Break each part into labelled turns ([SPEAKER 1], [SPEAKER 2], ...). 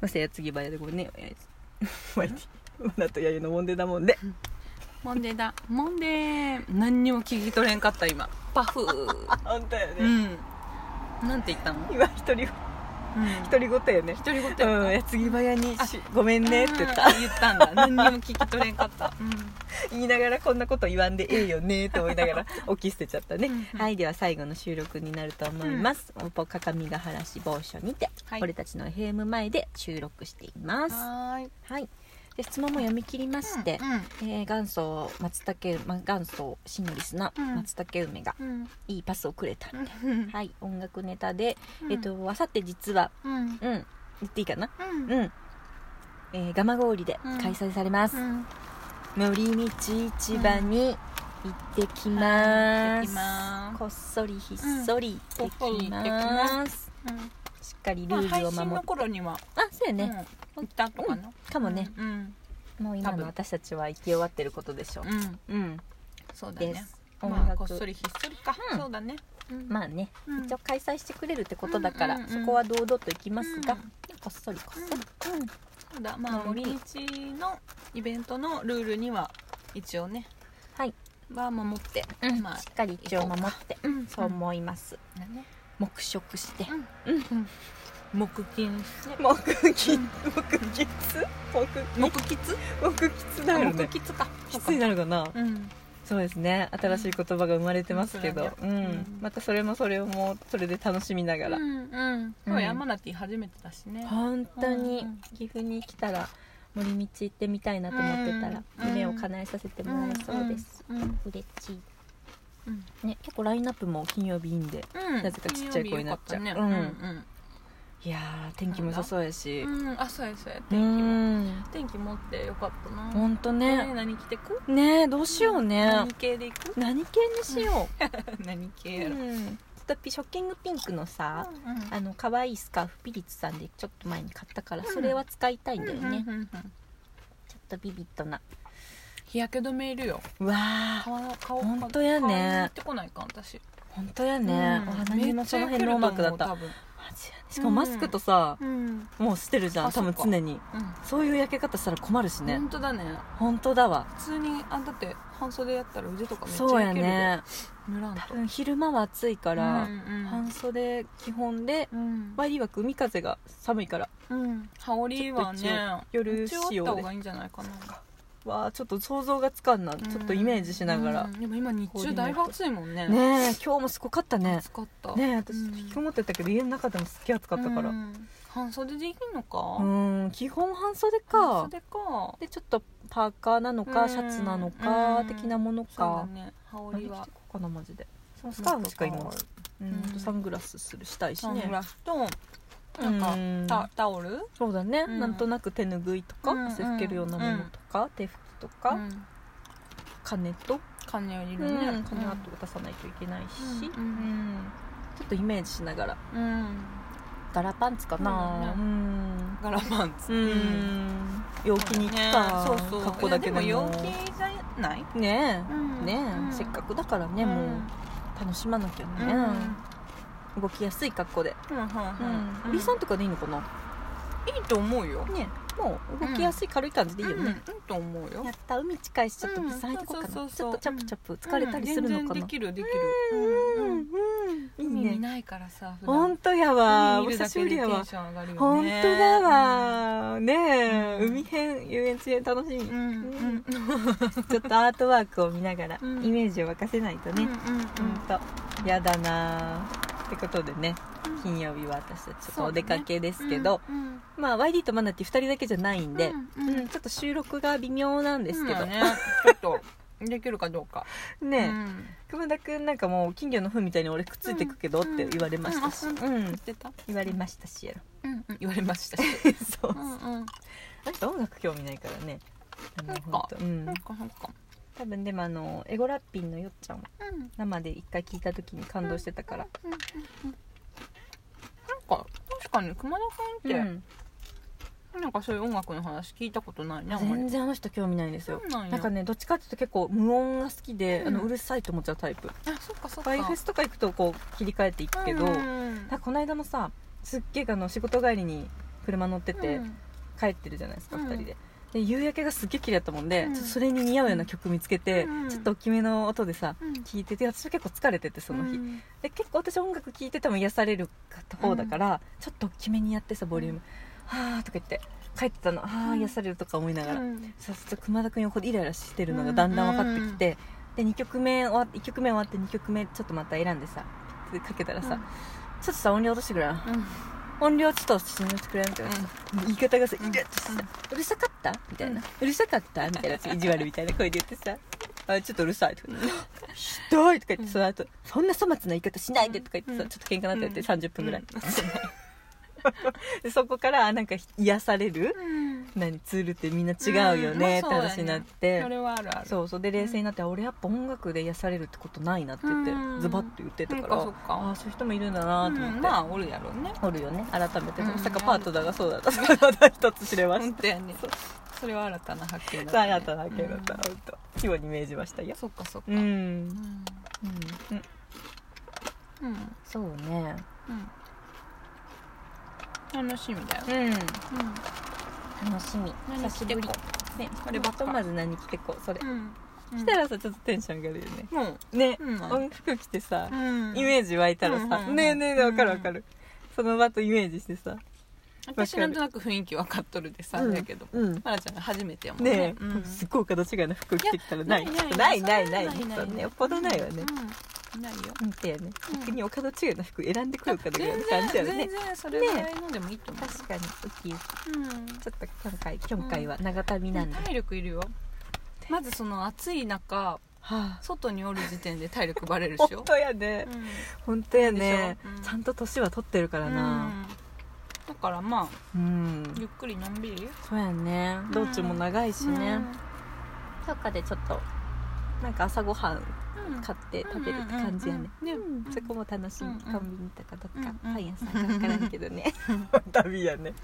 [SPEAKER 1] ませやつぎばやでごめんねおや いつマイティマナとやゆのもんでだもんで
[SPEAKER 2] モンデーだモンデー何にも聞き取れんかった今パフー
[SPEAKER 1] 本当やね、
[SPEAKER 2] うんなんて言ったの、
[SPEAKER 1] 今一人
[SPEAKER 2] うん、
[SPEAKER 1] 独り言やね
[SPEAKER 2] 独り言やった
[SPEAKER 1] うんやつぎばやに
[SPEAKER 2] あ
[SPEAKER 1] しごめんねって言った
[SPEAKER 2] うん言ったんだ何にも聞き取れんかった、
[SPEAKER 1] 言いながらこんなこと言わんでええよねと思いな がら起き捨てちゃったね
[SPEAKER 2] うんうん
[SPEAKER 1] はいでは最後の収録になると思います、おぽかかみがはらし某所にて、
[SPEAKER 2] はい
[SPEAKER 1] 俺たちの FM 前で収録しています
[SPEAKER 2] はーい
[SPEAKER 1] はいで質問も読み切りまして、えー元祖松茸、ま、元祖シングリスな
[SPEAKER 2] うん
[SPEAKER 1] 松茸梅が
[SPEAKER 2] うんうん
[SPEAKER 1] いいパスをくれた、
[SPEAKER 2] うん
[SPEAKER 1] はい音楽ネタで、
[SPEAKER 2] うん
[SPEAKER 1] えっ、とあさって実は
[SPEAKER 2] うん
[SPEAKER 1] うん言っていいかな
[SPEAKER 2] うん
[SPEAKER 1] うんえー、蒲郡で
[SPEAKER 2] うん
[SPEAKER 1] 開催されます、
[SPEAKER 2] うん
[SPEAKER 1] 乗り道市場に行ってきま
[SPEAKER 2] はい行って
[SPEAKER 1] す,、
[SPEAKER 2] きます
[SPEAKER 1] こっそりひっそり行ってきます,、
[SPEAKER 2] うん
[SPEAKER 1] しっかりル
[SPEAKER 2] まあ
[SPEAKER 1] ール
[SPEAKER 2] 配
[SPEAKER 1] を
[SPEAKER 2] 信
[SPEAKER 1] 守
[SPEAKER 2] の
[SPEAKER 1] って、
[SPEAKER 2] 頃には
[SPEAKER 1] あそうやね、
[SPEAKER 2] うん行ったとかな
[SPEAKER 1] かもね、
[SPEAKER 2] うん
[SPEAKER 1] もう今
[SPEAKER 2] 多
[SPEAKER 1] の
[SPEAKER 2] 分
[SPEAKER 1] 私たちは行き終わってることでしょう
[SPEAKER 2] う、ん
[SPEAKER 1] うん、
[SPEAKER 2] そうだ
[SPEAKER 1] で
[SPEAKER 2] ね
[SPEAKER 1] す音楽、
[SPEAKER 2] まあこっそりひっそりか
[SPEAKER 1] うん
[SPEAKER 2] そうだねうん
[SPEAKER 1] まあね、
[SPEAKER 2] うん
[SPEAKER 1] 一応開催してくれるってことだから、
[SPEAKER 2] うんうんうん
[SPEAKER 1] そこは堂々と行きますが、
[SPEAKER 2] うん
[SPEAKER 1] こっそりこっそり、
[SPEAKER 2] そうだまあ
[SPEAKER 1] うん
[SPEAKER 2] 森道のイベントのルールには一応ね
[SPEAKER 1] はい、
[SPEAKER 2] は守って
[SPEAKER 1] うん
[SPEAKER 2] まあ
[SPEAKER 1] しっかり一応守って、
[SPEAKER 2] うん
[SPEAKER 1] そう思います、
[SPEAKER 2] だね
[SPEAKER 1] 黙食して、
[SPEAKER 2] 黙禁
[SPEAKER 1] 黙喫黙喫黙
[SPEAKER 2] 黙喫
[SPEAKER 1] 黙喫
[SPEAKER 2] あ
[SPEAKER 1] なのね
[SPEAKER 2] 黙喫か
[SPEAKER 1] きついなるかな
[SPEAKER 2] うん
[SPEAKER 1] そうですね新しい言葉が生まれてますけど、う
[SPEAKER 2] うんん
[SPEAKER 1] またそれもそれもそれで楽しみながら、
[SPEAKER 2] うんうんそうやマナティ初めてだしね
[SPEAKER 1] 本当に
[SPEAKER 2] うん
[SPEAKER 1] 岐阜に来たら森道行ってみたいなと思ってたら、
[SPEAKER 2] うん
[SPEAKER 1] 夢を叶えさせてもらえそうです、
[SPEAKER 2] うんうん
[SPEAKER 1] 嬉しい
[SPEAKER 2] うん
[SPEAKER 1] ね、結構ラインナップも金曜日いいんで
[SPEAKER 2] うん
[SPEAKER 1] なぜかちっちゃい子になっちゃう
[SPEAKER 2] 金曜日
[SPEAKER 1] う
[SPEAKER 2] 良
[SPEAKER 1] ん
[SPEAKER 2] かったね
[SPEAKER 1] いやー天気も良さそうやし
[SPEAKER 2] うんうんうんあそうやそうや
[SPEAKER 1] う
[SPEAKER 2] 天気も
[SPEAKER 1] ん
[SPEAKER 2] 天気持ってよかったな
[SPEAKER 1] ほんと
[SPEAKER 2] え
[SPEAKER 1] ね
[SPEAKER 2] 何着てく
[SPEAKER 1] ねえどうしようね
[SPEAKER 2] 何系で行く
[SPEAKER 1] 何系にしよ
[SPEAKER 2] 何系
[SPEAKER 1] う、
[SPEAKER 2] や
[SPEAKER 1] う
[SPEAKER 2] ろ
[SPEAKER 1] ん、ちょっとピショッキングピンクのさ、あの可愛いスカーフピリッツさんでちょっと前に買ったから
[SPEAKER 2] うん
[SPEAKER 1] それは使いたいんだよね、
[SPEAKER 2] ね
[SPEAKER 1] ちょっとビビッドな
[SPEAKER 2] 日焼け止めいるよ
[SPEAKER 1] うわー
[SPEAKER 2] 顔の顔
[SPEAKER 1] ほんとやね
[SPEAKER 2] 顔に塗ってこないか私
[SPEAKER 1] 本当や
[SPEAKER 2] うん
[SPEAKER 1] ね、お花にもその辺の音楽だったマ
[SPEAKER 2] めちゃ焼けると思う
[SPEAKER 1] ジやねしかもマスクとさ
[SPEAKER 2] 多、分うん
[SPEAKER 1] もうしてるじゃん
[SPEAKER 2] あ
[SPEAKER 1] 多分
[SPEAKER 2] そっか
[SPEAKER 1] 常にそういう焼け方したら困るしね、
[SPEAKER 2] 本当だね
[SPEAKER 1] 本当だわ
[SPEAKER 2] 普通にあだって半袖やったら腕とかめっちゃ
[SPEAKER 1] そうや
[SPEAKER 2] 焼けるよ
[SPEAKER 1] ね
[SPEAKER 2] 塗らんと
[SPEAKER 1] 多分昼間は暑いから、
[SPEAKER 2] うん
[SPEAKER 1] 半袖基本で
[SPEAKER 2] うん
[SPEAKER 1] ワイリー枠海風が寒いから
[SPEAKER 2] うん羽織は
[SPEAKER 1] ちょっと一
[SPEAKER 2] ね
[SPEAKER 1] 応夜
[SPEAKER 2] 一応あ
[SPEAKER 1] 仕様
[SPEAKER 2] っ
[SPEAKER 1] で
[SPEAKER 2] た方がいいんじゃないかな
[SPEAKER 1] わあちょっと想像がつかんな、ちょっとイメージしながら、
[SPEAKER 2] うんでも今日中だいぶ暑いもんね
[SPEAKER 1] ねえ今日もすごかったね
[SPEAKER 2] 暑かった
[SPEAKER 1] ねえ私
[SPEAKER 2] うん
[SPEAKER 1] 引きこもってたけど家の中でもすっげえ暑かったから
[SPEAKER 2] う
[SPEAKER 1] うん
[SPEAKER 2] 半袖でいいの
[SPEAKER 1] ー
[SPEAKER 2] か
[SPEAKER 1] ん基本半袖
[SPEAKER 2] 半
[SPEAKER 1] か
[SPEAKER 2] 袖か
[SPEAKER 1] でちょっとパーカーなのか
[SPEAKER 2] うん
[SPEAKER 1] シャツなのか
[SPEAKER 2] うん
[SPEAKER 1] 的なもの
[SPEAKER 2] そうだ
[SPEAKER 1] か
[SPEAKER 2] ね羽
[SPEAKER 1] 何
[SPEAKER 2] 織
[SPEAKER 1] 着
[SPEAKER 2] は
[SPEAKER 1] てこうかなマジでそのスカーフしか今はうん
[SPEAKER 2] うん
[SPEAKER 1] サングラスするしたいし
[SPEAKER 2] サン
[SPEAKER 1] ね
[SPEAKER 2] グラスと
[SPEAKER 1] う
[SPEAKER 2] なん
[SPEAKER 1] ん
[SPEAKER 2] かタタオル
[SPEAKER 1] そうだね
[SPEAKER 2] うん
[SPEAKER 1] なんとなく手ぬぐいとか
[SPEAKER 2] うん
[SPEAKER 1] 汗拭けるようなものとか手拭きと
[SPEAKER 2] う
[SPEAKER 1] か
[SPEAKER 2] ん
[SPEAKER 1] 金と
[SPEAKER 2] 金より
[SPEAKER 1] う
[SPEAKER 2] のね
[SPEAKER 1] ん金あと渡さないといけないし
[SPEAKER 2] うん
[SPEAKER 1] うんちょっとイメージしながら
[SPEAKER 2] うん
[SPEAKER 1] ガラパンツかな
[SPEAKER 2] そうだ
[SPEAKER 1] う
[SPEAKER 2] ね
[SPEAKER 1] ん
[SPEAKER 2] ガラパンツ
[SPEAKER 1] うん陽気に行くか、
[SPEAKER 2] そうそう
[SPEAKER 1] 格好だけでも
[SPEAKER 2] いやでも陽気じゃない
[SPEAKER 1] ねえ、
[SPEAKER 2] うん
[SPEAKER 1] ねえ、
[SPEAKER 2] うん
[SPEAKER 1] せっかくだからね、もう楽しまなきゃ
[SPEAKER 2] うん
[SPEAKER 1] ね
[SPEAKER 2] う、ん
[SPEAKER 1] 動きやすい格好で、
[SPEAKER 2] うん
[SPEAKER 1] うん
[SPEAKER 2] うん
[SPEAKER 1] B さんとかでいいのかな
[SPEAKER 2] うんいいと思うよ
[SPEAKER 1] ねえもう動きやすい軽い感じでいいよ
[SPEAKER 2] うんいい
[SPEAKER 1] ね、
[SPEAKER 2] と思うよ
[SPEAKER 1] やった海近いしちょっと
[SPEAKER 2] うん
[SPEAKER 1] B さん行こうかな、
[SPEAKER 2] そうそう
[SPEAKER 1] ち
[SPEAKER 2] そ
[SPEAKER 1] ょ
[SPEAKER 2] う
[SPEAKER 1] っとチャプチャプ疲れたりするの
[SPEAKER 2] うん
[SPEAKER 1] かな
[SPEAKER 2] 全然できるできる
[SPEAKER 1] うん
[SPEAKER 2] うん
[SPEAKER 1] うんいい
[SPEAKER 2] 海見
[SPEAKER 1] ね
[SPEAKER 2] ないからさ普
[SPEAKER 1] 本
[SPEAKER 2] 段
[SPEAKER 1] 当やわ
[SPEAKER 2] 海
[SPEAKER 1] お
[SPEAKER 2] 見
[SPEAKER 1] 久
[SPEAKER 2] るだ
[SPEAKER 1] し
[SPEAKER 2] け
[SPEAKER 1] ぶり
[SPEAKER 2] でテ
[SPEAKER 1] やわ
[SPEAKER 2] ンション上がるよね
[SPEAKER 1] 本当だわねえ、
[SPEAKER 2] うん
[SPEAKER 1] 海編遊園地編楽しみ、
[SPEAKER 2] うんうんうん
[SPEAKER 1] ちょっとアートワークを見ながら、
[SPEAKER 2] うん
[SPEAKER 1] イメージを沸かせないと
[SPEAKER 2] うん
[SPEAKER 1] ね、
[SPEAKER 2] うん
[SPEAKER 1] うんとやだなあってことでね
[SPEAKER 2] うん
[SPEAKER 1] 金曜日は私たちちょっ
[SPEAKER 2] そ
[SPEAKER 1] と
[SPEAKER 2] う
[SPEAKER 1] お
[SPEAKER 2] だね
[SPEAKER 1] 出かけですけど、
[SPEAKER 2] うん
[SPEAKER 1] まあ YD とマナティ2人だけじゃないんで、
[SPEAKER 2] う
[SPEAKER 1] うんん
[SPEAKER 2] うん
[SPEAKER 1] ちょっと収録が微妙なんですけど、
[SPEAKER 2] そう
[SPEAKER 1] ね
[SPEAKER 2] だねちょっとできるかどうか
[SPEAKER 1] え
[SPEAKER 2] うん
[SPEAKER 1] 熊田君なんかもう金魚の糞みたいに俺くっついてくけどっ
[SPEAKER 2] うん
[SPEAKER 1] て言われましたし、
[SPEAKER 2] うん
[SPEAKER 1] うん
[SPEAKER 2] 言ってた
[SPEAKER 1] 言われましたしやろ
[SPEAKER 2] うんうん言われま したし
[SPEAKER 1] そう
[SPEAKER 2] うんうん
[SPEAKER 1] あの人音楽興味ないからねあの
[SPEAKER 2] なんか
[SPEAKER 1] ほんとうん
[SPEAKER 2] なんかなんか
[SPEAKER 1] 多分でもあのエゴラッピンのよっちゃんを
[SPEAKER 2] うん
[SPEAKER 1] 生で一回聞いた時に感動してたから、
[SPEAKER 2] うんうんうんなんか確かに熊田君って、なんかそういう音楽の話聞いたことないねあんまり
[SPEAKER 1] 全然あの人興味ないんですよ
[SPEAKER 2] そうなんや
[SPEAKER 1] なんかねどっちかっていうと結構無音が好きで、
[SPEAKER 2] うん
[SPEAKER 1] あのうるさいと思っちゃうタイプ
[SPEAKER 2] あそっかそっか
[SPEAKER 1] バイフェスとか行くとこう切り替えていくけど、なんかこの間もさすっげえあの仕事帰りに車乗ってて、
[SPEAKER 2] うん
[SPEAKER 1] 帰ってるじゃないですか、
[SPEAKER 2] うん
[SPEAKER 1] 2人でで夕焼けがすっげえ綺麗だったもんで、
[SPEAKER 2] うん
[SPEAKER 1] ちょっとそれに似合うような曲見つけて、
[SPEAKER 2] うん
[SPEAKER 1] ちょっと大きめの音でさ
[SPEAKER 2] うん
[SPEAKER 1] 聴いてて私は結構疲れててその日、
[SPEAKER 2] うん
[SPEAKER 1] で結構私音楽聴いてても癒される方だから、ちょっと大きめにやってさボリューム、はあとか言って帰ってたのああ
[SPEAKER 2] うん
[SPEAKER 1] 癒されるとか思いながら、
[SPEAKER 2] うん
[SPEAKER 1] さすが熊田君横でイライラしてるのがだんだん分かってきて、で2曲目終わ1曲目終わって2曲目ちょっとまた選んでさピッてかけたらさ、ちょっとさ音量落としてくれな
[SPEAKER 2] うん
[SPEAKER 1] 音量ちょっとしてみてくれみたいな、言い方がさイラッとしてさ、うるさかったみたいな、うるさかったみたいな意地悪みたいな声で言ってさあちょっとうるさいとかひどいとか言って、
[SPEAKER 2] うん
[SPEAKER 1] その後そんな粗末な言い方しないでとか言ってさ、
[SPEAKER 2] うん
[SPEAKER 1] ちょっと喧嘩になってやって30分ぐらい、
[SPEAKER 2] うん
[SPEAKER 1] でそこからあなんか癒される、何ツールってみんな違うよねって
[SPEAKER 2] うんまあそうだね
[SPEAKER 1] 話になって、
[SPEAKER 2] それはあるある
[SPEAKER 1] そうそうで冷静になって、俺やっぱ音楽で癒されるってことないなって言って、
[SPEAKER 2] うん
[SPEAKER 1] ズバッと言ってた
[SPEAKER 2] そっ
[SPEAKER 1] か、
[SPEAKER 2] からそっ
[SPEAKER 1] あ
[SPEAKER 2] か
[SPEAKER 1] あそういう人もいるんだなと思って、
[SPEAKER 2] うんまあおるやろうね
[SPEAKER 1] おるよね改めて
[SPEAKER 2] うん
[SPEAKER 1] まさかパートナーがそうだったそれまた一つ知れまし
[SPEAKER 2] 本当やねそれは新たな発見
[SPEAKER 1] た
[SPEAKER 2] だったね
[SPEAKER 1] 新たな発見だった本当規模に銘じました
[SPEAKER 2] う
[SPEAKER 1] よ
[SPEAKER 2] んそっかそっか
[SPEAKER 1] うん
[SPEAKER 2] うん
[SPEAKER 1] うん
[SPEAKER 2] うん
[SPEAKER 1] そうね
[SPEAKER 2] うん楽しみだよ
[SPEAKER 1] うん
[SPEAKER 2] うん
[SPEAKER 1] 楽しみ
[SPEAKER 2] 何
[SPEAKER 1] 久しぶり
[SPEAKER 2] 着てこ
[SPEAKER 1] ね
[SPEAKER 2] こればっか
[SPEAKER 1] とまず何着てこうそれ
[SPEAKER 2] うん
[SPEAKER 1] 来たらさちょっとテンション上がるよね
[SPEAKER 2] も
[SPEAKER 1] ね
[SPEAKER 2] ううん
[SPEAKER 1] 音服着てさ
[SPEAKER 2] うん
[SPEAKER 1] イメージ湧いたら
[SPEAKER 2] うんうん
[SPEAKER 1] さ
[SPEAKER 2] うん
[SPEAKER 1] ねえねえねえわかるわかるその場とイメージしてさ
[SPEAKER 2] 私なんとなく雰囲気分かっとるでさ
[SPEAKER 1] うん
[SPEAKER 2] だけど
[SPEAKER 1] うん
[SPEAKER 2] まらちゃんが初めてやもん
[SPEAKER 1] ね
[SPEAKER 2] う
[SPEAKER 1] え
[SPEAKER 2] ん
[SPEAKER 1] すっごい形違いな服着てきたらない
[SPEAKER 2] いや
[SPEAKER 1] ないないない
[SPEAKER 2] そんなの
[SPEAKER 1] そうねよっぽどないわね
[SPEAKER 2] うんないよ
[SPEAKER 1] 見てよね、
[SPEAKER 2] うん
[SPEAKER 1] 逆にお門違いの服選んでくるかぐらいの感
[SPEAKER 2] 全
[SPEAKER 1] じだ
[SPEAKER 2] 然
[SPEAKER 1] よね
[SPEAKER 2] 全然それぐらいのでもいいと思う
[SPEAKER 1] 確かにウキウキちょ
[SPEAKER 2] うん
[SPEAKER 1] っと今回今回は長旅なんで、は
[SPEAKER 2] 体力いるよまずその暑い中
[SPEAKER 1] あ
[SPEAKER 2] 外におる時点で体力バレるで
[SPEAKER 1] 本
[SPEAKER 2] しょ
[SPEAKER 1] 当やね、
[SPEAKER 2] うん
[SPEAKER 1] 本当やね
[SPEAKER 2] でしょうん
[SPEAKER 1] ちゃんと年は取ってるからな
[SPEAKER 2] だからまあ
[SPEAKER 1] うん、
[SPEAKER 2] ゆっくりのんびり
[SPEAKER 1] そうやね
[SPEAKER 2] うん
[SPEAKER 1] 道中も長いしね、
[SPEAKER 2] うん
[SPEAKER 1] とかでちょっとなんか朝ごはん
[SPEAKER 2] うん
[SPEAKER 1] 買って食べるって感じやね、
[SPEAKER 2] うんうんうんうんね
[SPEAKER 1] そこも楽しみ、
[SPEAKER 2] うんうん
[SPEAKER 1] コンビニとかどっか、
[SPEAKER 2] うんうん
[SPEAKER 1] パン屋さんか分からんけどね 旅やね
[SPEAKER 2] もう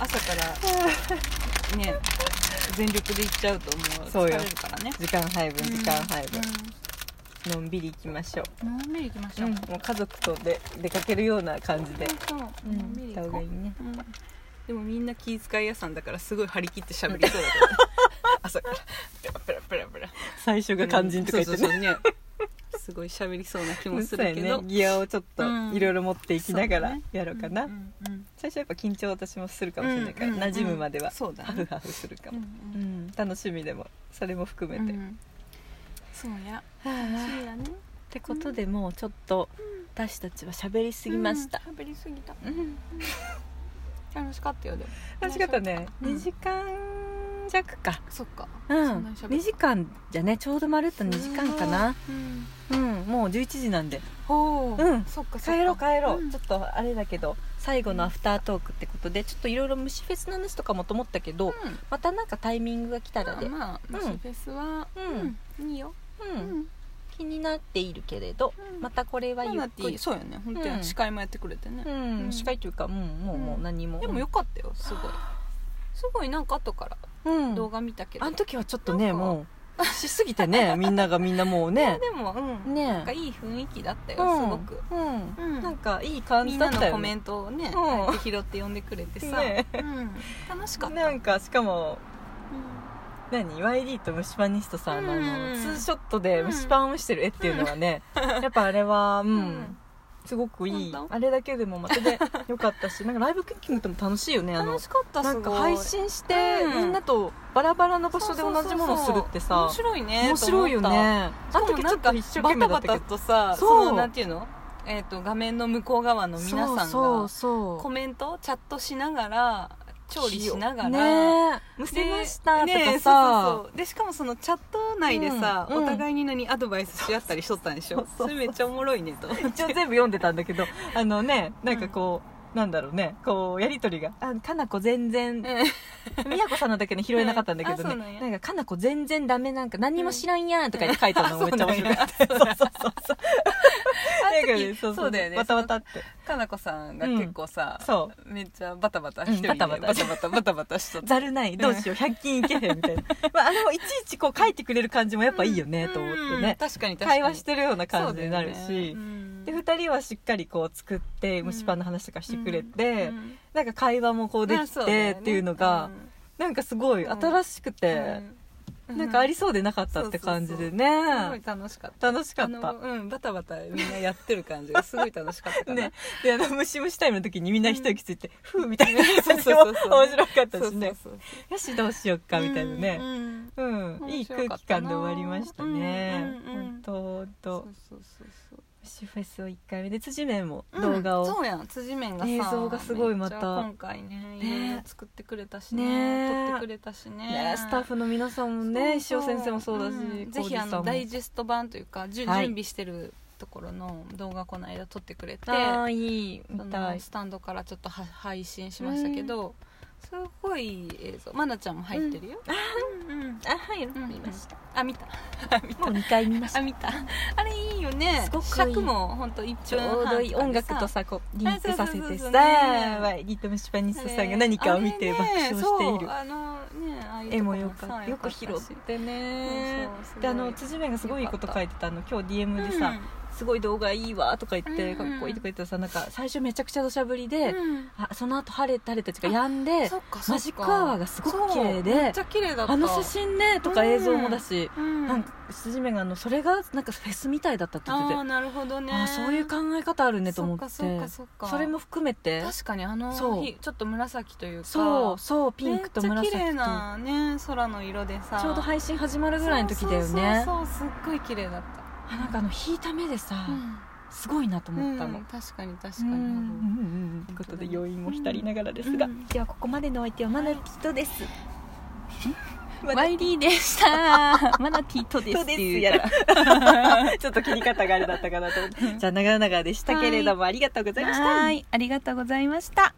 [SPEAKER 2] 朝からね全力で行っちゃうともう
[SPEAKER 1] そ
[SPEAKER 2] 疲
[SPEAKER 1] う
[SPEAKER 2] れ
[SPEAKER 1] よ
[SPEAKER 2] るからね
[SPEAKER 1] 時間配分時間配分、
[SPEAKER 2] う
[SPEAKER 1] のんびり行きましょう
[SPEAKER 2] うんのんびり行きましょう
[SPEAKER 1] もう家族とで出かけるような感じで、
[SPEAKER 2] そうの
[SPEAKER 1] うん、
[SPEAKER 2] んびり
[SPEAKER 1] 行った
[SPEAKER 2] 行
[SPEAKER 1] 方
[SPEAKER 2] こ
[SPEAKER 1] が
[SPEAKER 2] う
[SPEAKER 1] いいね
[SPEAKER 2] うんでもみんな気遣い屋さんだからすごい張り切って喋りそうだけど 朝からペラペラペラペ
[SPEAKER 1] 最初
[SPEAKER 2] ラ
[SPEAKER 1] が肝心とか言ってね,、
[SPEAKER 2] そうそうそうねすごい喋りそうな気もするけ
[SPEAKER 1] そうや
[SPEAKER 2] ど
[SPEAKER 1] ねギアをちょっと
[SPEAKER 2] うん
[SPEAKER 1] いろいろ持っていきなが
[SPEAKER 2] そう
[SPEAKER 1] ら
[SPEAKER 2] ね
[SPEAKER 1] やろうかな、
[SPEAKER 2] んうん
[SPEAKER 1] 最初やっぱ緊張私もするかもしれないから、
[SPEAKER 2] うんうんうん
[SPEAKER 1] 馴染むまでは
[SPEAKER 2] そうだね
[SPEAKER 1] ハフハフするか
[SPEAKER 2] うんう
[SPEAKER 1] も、うん
[SPEAKER 2] ん
[SPEAKER 1] 楽しみでもそれも含めて、
[SPEAKER 2] うんそうや
[SPEAKER 1] はあ
[SPEAKER 2] そうやね
[SPEAKER 1] ってことでもうちょっと私たちは喋りすぎました、
[SPEAKER 2] うん喋りすぎた
[SPEAKER 1] うん
[SPEAKER 2] 楽しかったよでも
[SPEAKER 1] 楽しかったね、
[SPEAKER 2] うん
[SPEAKER 1] 2時間弱か
[SPEAKER 2] そっか
[SPEAKER 1] う
[SPEAKER 2] そ
[SPEAKER 1] ん
[SPEAKER 2] なに喋った
[SPEAKER 1] 2時間じゃねちょうどまるっと2時間かな
[SPEAKER 2] うん
[SPEAKER 1] うんもう11時なんで
[SPEAKER 2] ほう
[SPEAKER 1] うん
[SPEAKER 2] そっかそっか
[SPEAKER 1] 帰ろう帰ろう、
[SPEAKER 2] ん
[SPEAKER 1] ちょっとあれだけど最後のアフタートークってことでちょっといろいろ虫フェスの話とかもと思ったけど、
[SPEAKER 2] うん
[SPEAKER 1] またなんかタイミングが来たらで、うん
[SPEAKER 2] まあ、まあ、
[SPEAKER 1] うん
[SPEAKER 2] 虫フェスは、
[SPEAKER 1] うん
[SPEAKER 2] いいよ、
[SPEAKER 1] 気になっているけれど、
[SPEAKER 2] うん
[SPEAKER 1] またこれはゆ
[SPEAKER 2] マ
[SPEAKER 1] っ
[SPEAKER 2] ナティ
[SPEAKER 1] くり、
[SPEAKER 2] そうやね本当
[SPEAKER 1] うん
[SPEAKER 2] に司会もやってくれてね、
[SPEAKER 1] うん
[SPEAKER 2] うん
[SPEAKER 1] 司会というか、うん、もうもう何も、
[SPEAKER 2] でもよかったよすごいすごいなんか後から
[SPEAKER 1] うん、
[SPEAKER 2] 動画見たけど、
[SPEAKER 1] あの時はちょっとね
[SPEAKER 2] なんか
[SPEAKER 1] もうしすぎて ねみんながみんなもうね
[SPEAKER 2] でもうん、
[SPEAKER 1] ね
[SPEAKER 2] なんかいい雰囲気だったよ、
[SPEAKER 1] うん、
[SPEAKER 2] すごく、
[SPEAKER 1] うん
[SPEAKER 2] うん
[SPEAKER 1] なんかいい感
[SPEAKER 2] み
[SPEAKER 1] じ
[SPEAKER 2] ん
[SPEAKER 1] だ
[SPEAKER 2] な
[SPEAKER 1] った
[SPEAKER 2] の
[SPEAKER 1] よ
[SPEAKER 2] コ
[SPEAKER 1] ね
[SPEAKER 2] メントをね、
[SPEAKER 1] うん
[SPEAKER 2] あえて拾って呼んでくれてさ、
[SPEAKER 1] ね
[SPEAKER 2] うん、楽しかった、
[SPEAKER 1] なんかしかも
[SPEAKER 2] う
[SPEAKER 1] 何 YD と虫パニストさんのあの、
[SPEAKER 2] うん
[SPEAKER 1] ツーショットで虫パンをしてる絵っていうのはね、やっぱあれはうん、
[SPEAKER 2] うん
[SPEAKER 1] すごくいい
[SPEAKER 2] 本当
[SPEAKER 1] あれだけでもまたでよかったしなん かライブクッキングとも楽しいよねあ
[SPEAKER 2] ん、
[SPEAKER 1] の
[SPEAKER 2] 楽しかったす
[SPEAKER 1] な
[SPEAKER 2] ごい
[SPEAKER 1] んか配信して、
[SPEAKER 2] うん
[SPEAKER 1] みんなとバラバラの場所で同じものをするってさ
[SPEAKER 2] そうそうそう面白いね
[SPEAKER 1] 面白いよ
[SPEAKER 2] と思った
[SPEAKER 1] ねあの時ちょっと一生懸
[SPEAKER 2] バ
[SPEAKER 1] 命だ
[SPEAKER 2] タバ
[SPEAKER 1] ったけど
[SPEAKER 2] タとさ
[SPEAKER 1] そ
[SPEAKER 2] そうのなんていうの、えー、と画面の向こう側の皆さんが
[SPEAKER 1] そうそうそ
[SPEAKER 2] コ
[SPEAKER 1] う
[SPEAKER 2] メントチャットしながら調理しながら、
[SPEAKER 1] ねえむ
[SPEAKER 2] で
[SPEAKER 1] せましたと
[SPEAKER 2] ね
[SPEAKER 1] か
[SPEAKER 2] え
[SPEAKER 1] さ
[SPEAKER 2] そうそうそうでしかもそのチャット内でさ、
[SPEAKER 1] うんうん
[SPEAKER 2] お互いに何アドバイスし合ったりしとったんで
[SPEAKER 1] そ
[SPEAKER 2] し
[SPEAKER 1] うそ
[SPEAKER 2] ょ
[SPEAKER 1] うそう
[SPEAKER 2] それめっちゃおもろいね と
[SPEAKER 1] 一応全部読んでたんだ けどあのねなんかこうなんだろうねこうやりとりが「あかなこ全然」 宮子さんのだけね拾えなかったんだけど
[SPEAKER 2] うんあそうなん
[SPEAKER 1] ね
[SPEAKER 2] や
[SPEAKER 1] なんか「かなこ全然ダメなんか何も知らんやん」とかに書いたのがめっちゃ面白かった そうそうそうそうなんかね
[SPEAKER 2] そうだよね
[SPEAKER 1] わたわたって
[SPEAKER 2] かなこさんが結構さ、
[SPEAKER 1] そ
[SPEAKER 2] めっちゃバタバタ一人で、
[SPEAKER 1] うんバタバタ
[SPEAKER 2] バタバタバタバタしと
[SPEAKER 1] う
[SPEAKER 2] った
[SPEAKER 1] ざるないどうしよう100均いけへんみたいな まああれもいちいちこう書いてくれる感じもやっぱいいよねと思って
[SPEAKER 2] うん
[SPEAKER 1] ね
[SPEAKER 2] 確かに確かに
[SPEAKER 1] 会話してるような感じになるし、
[SPEAKER 2] そうだよねうん
[SPEAKER 1] で2人はしっかりこう作って
[SPEAKER 2] うん
[SPEAKER 1] 蒸しパンの話とかしてくれて、
[SPEAKER 2] うん
[SPEAKER 1] なんか会話もこうで
[SPEAKER 2] まあ
[SPEAKER 1] き
[SPEAKER 2] そ
[SPEAKER 1] て、
[SPEAKER 2] だよね
[SPEAKER 1] っていうのが、なんかすごい
[SPEAKER 2] うん
[SPEAKER 1] 新しく
[SPEAKER 2] うん
[SPEAKER 1] て、
[SPEAKER 2] う
[SPEAKER 1] なんかあ
[SPEAKER 2] り
[SPEAKER 1] りそうでなかったって感じでね、
[SPEAKER 2] すごい楽しかった
[SPEAKER 1] 楽しかった
[SPEAKER 2] あのうんバタバタみんなやってる感じがすごい楽しかったかな
[SPEAKER 1] ねであのムシムシタイムの時にみんな一息ついて、ふうみたいな
[SPEAKER 2] そ
[SPEAKER 1] 感
[SPEAKER 2] う
[SPEAKER 1] じ
[SPEAKER 2] そう
[SPEAKER 1] も
[SPEAKER 2] そう
[SPEAKER 1] 面
[SPEAKER 2] そう
[SPEAKER 1] 白かった
[SPEAKER 2] そう
[SPEAKER 1] し
[SPEAKER 2] そう
[SPEAKER 1] ね
[SPEAKER 2] そう
[SPEAKER 1] よしどうしよっかみたいな
[SPEAKER 2] う
[SPEAKER 1] ね
[SPEAKER 2] んうん
[SPEAKER 1] うん、いい空気感で終わりましたね
[SPEAKER 2] 面白かったなうんうんう
[SPEAKER 1] 本
[SPEAKER 2] ん
[SPEAKER 1] 当本
[SPEAKER 2] そう
[SPEAKER 1] 当
[SPEAKER 2] そうそうそう
[SPEAKER 1] シフェスを1回目で辻面も
[SPEAKER 2] うん
[SPEAKER 1] 動画を、
[SPEAKER 2] そうやん辻面がさ
[SPEAKER 1] 映像がすごいまた
[SPEAKER 2] めっちゃ今回ねいろいろ作ってくれたし
[SPEAKER 1] ね
[SPEAKER 2] ね撮ってくれたしね
[SPEAKER 1] ね、スタッフの皆さんもね石
[SPEAKER 2] そう
[SPEAKER 1] 尾先生もそうだし、
[SPEAKER 2] んぜ
[SPEAKER 1] 浩
[SPEAKER 2] ひ
[SPEAKER 1] 二
[SPEAKER 2] あ
[SPEAKER 1] さんも
[SPEAKER 2] のダイジェスト版というかじゅ準
[SPEAKER 1] はい
[SPEAKER 2] 備してるところの動画この間撮ってくれて、
[SPEAKER 1] あーいいみ
[SPEAKER 2] そ
[SPEAKER 1] た
[SPEAKER 2] の
[SPEAKER 1] い
[SPEAKER 2] スタンドからちょっとは配信しましたけど、すごい映像まなちゃんも入ってるよ、うんうん
[SPEAKER 1] あはい
[SPEAKER 2] うん
[SPEAKER 1] 見ました、
[SPEAKER 2] あ見たあ見た
[SPEAKER 1] もう2回見ました
[SPEAKER 2] あ 見たあれいいよね
[SPEAKER 1] すごくいい
[SPEAKER 2] 尺も本当一
[SPEAKER 1] ちょ
[SPEAKER 2] 分半
[SPEAKER 1] うどいい
[SPEAKER 2] とか
[SPEAKER 1] 音
[SPEAKER 2] で
[SPEAKER 1] 楽とさこうリンクさせ
[SPEAKER 2] そうそう
[SPEAKER 1] て
[SPEAKER 2] そ
[SPEAKER 1] さ
[SPEAKER 2] うね
[SPEAKER 1] ワイリトムシパニストさんが何かを見て爆笑している
[SPEAKER 2] あれねそうあのねああいうとこ
[SPEAKER 1] 絵もよ
[SPEAKER 2] さ
[SPEAKER 1] かよく拾
[SPEAKER 2] し
[SPEAKER 1] ってね
[SPEAKER 2] そうそうすごい
[SPEAKER 1] であの辻面がすごいいいこと書いてたあの今日 DM で
[SPEAKER 2] うん
[SPEAKER 1] さ「すごい動画いいわ」とか言って「
[SPEAKER 2] うん
[SPEAKER 1] か
[SPEAKER 2] うん
[SPEAKER 1] っこいい」とか言ってさなんか最初めちゃくちゃ土砂降りで、
[SPEAKER 2] うん
[SPEAKER 1] あその後晴れたれたちが止んで
[SPEAKER 2] そっかそっか
[SPEAKER 1] マジックアワーがすごく綺麗
[SPEAKER 2] そうめっ
[SPEAKER 1] で
[SPEAKER 2] ちゃ綺麗だった
[SPEAKER 1] あの写、真ねとか映像もだし、
[SPEAKER 2] うん、
[SPEAKER 1] なんか辻面があのそれがなんかフェスみたいだったって言っ
[SPEAKER 2] あ
[SPEAKER 1] て
[SPEAKER 2] あ
[SPEAKER 1] て、
[SPEAKER 2] なるほどね
[SPEAKER 1] あそういう考え方あるねと思って
[SPEAKER 2] そっかそっかそっか
[SPEAKER 1] それも含めて
[SPEAKER 2] 確かにあの
[SPEAKER 1] そう
[SPEAKER 2] 日ちょっと紫というか
[SPEAKER 1] そうそうピンクと紫と
[SPEAKER 2] めっちゃ綺麗なね空の色でさ
[SPEAKER 1] ちょうど配信始まるぐらいの時だよね
[SPEAKER 2] そうそうそうそうすっごい綺麗だった、
[SPEAKER 1] あなんかあの引いた目でさ、すごいなと思ったの、
[SPEAKER 2] うん確かに確か
[SPEAKER 1] うんう
[SPEAKER 2] に、
[SPEAKER 1] んうんということで余韻も浸りながらですが、
[SPEAKER 2] うん
[SPEAKER 1] ではここまでのお相手はマナティとです、
[SPEAKER 2] ワイリーでした マナティとです
[SPEAKER 1] と
[SPEAKER 2] っ
[SPEAKER 1] で
[SPEAKER 2] て
[SPEAKER 1] す
[SPEAKER 2] いう
[SPEAKER 1] や
[SPEAKER 2] から
[SPEAKER 1] ら ちょっと切り 方があれだったかなと思ってじゃあ長々でしたけれどもありがとうございました
[SPEAKER 2] はいありがとうございました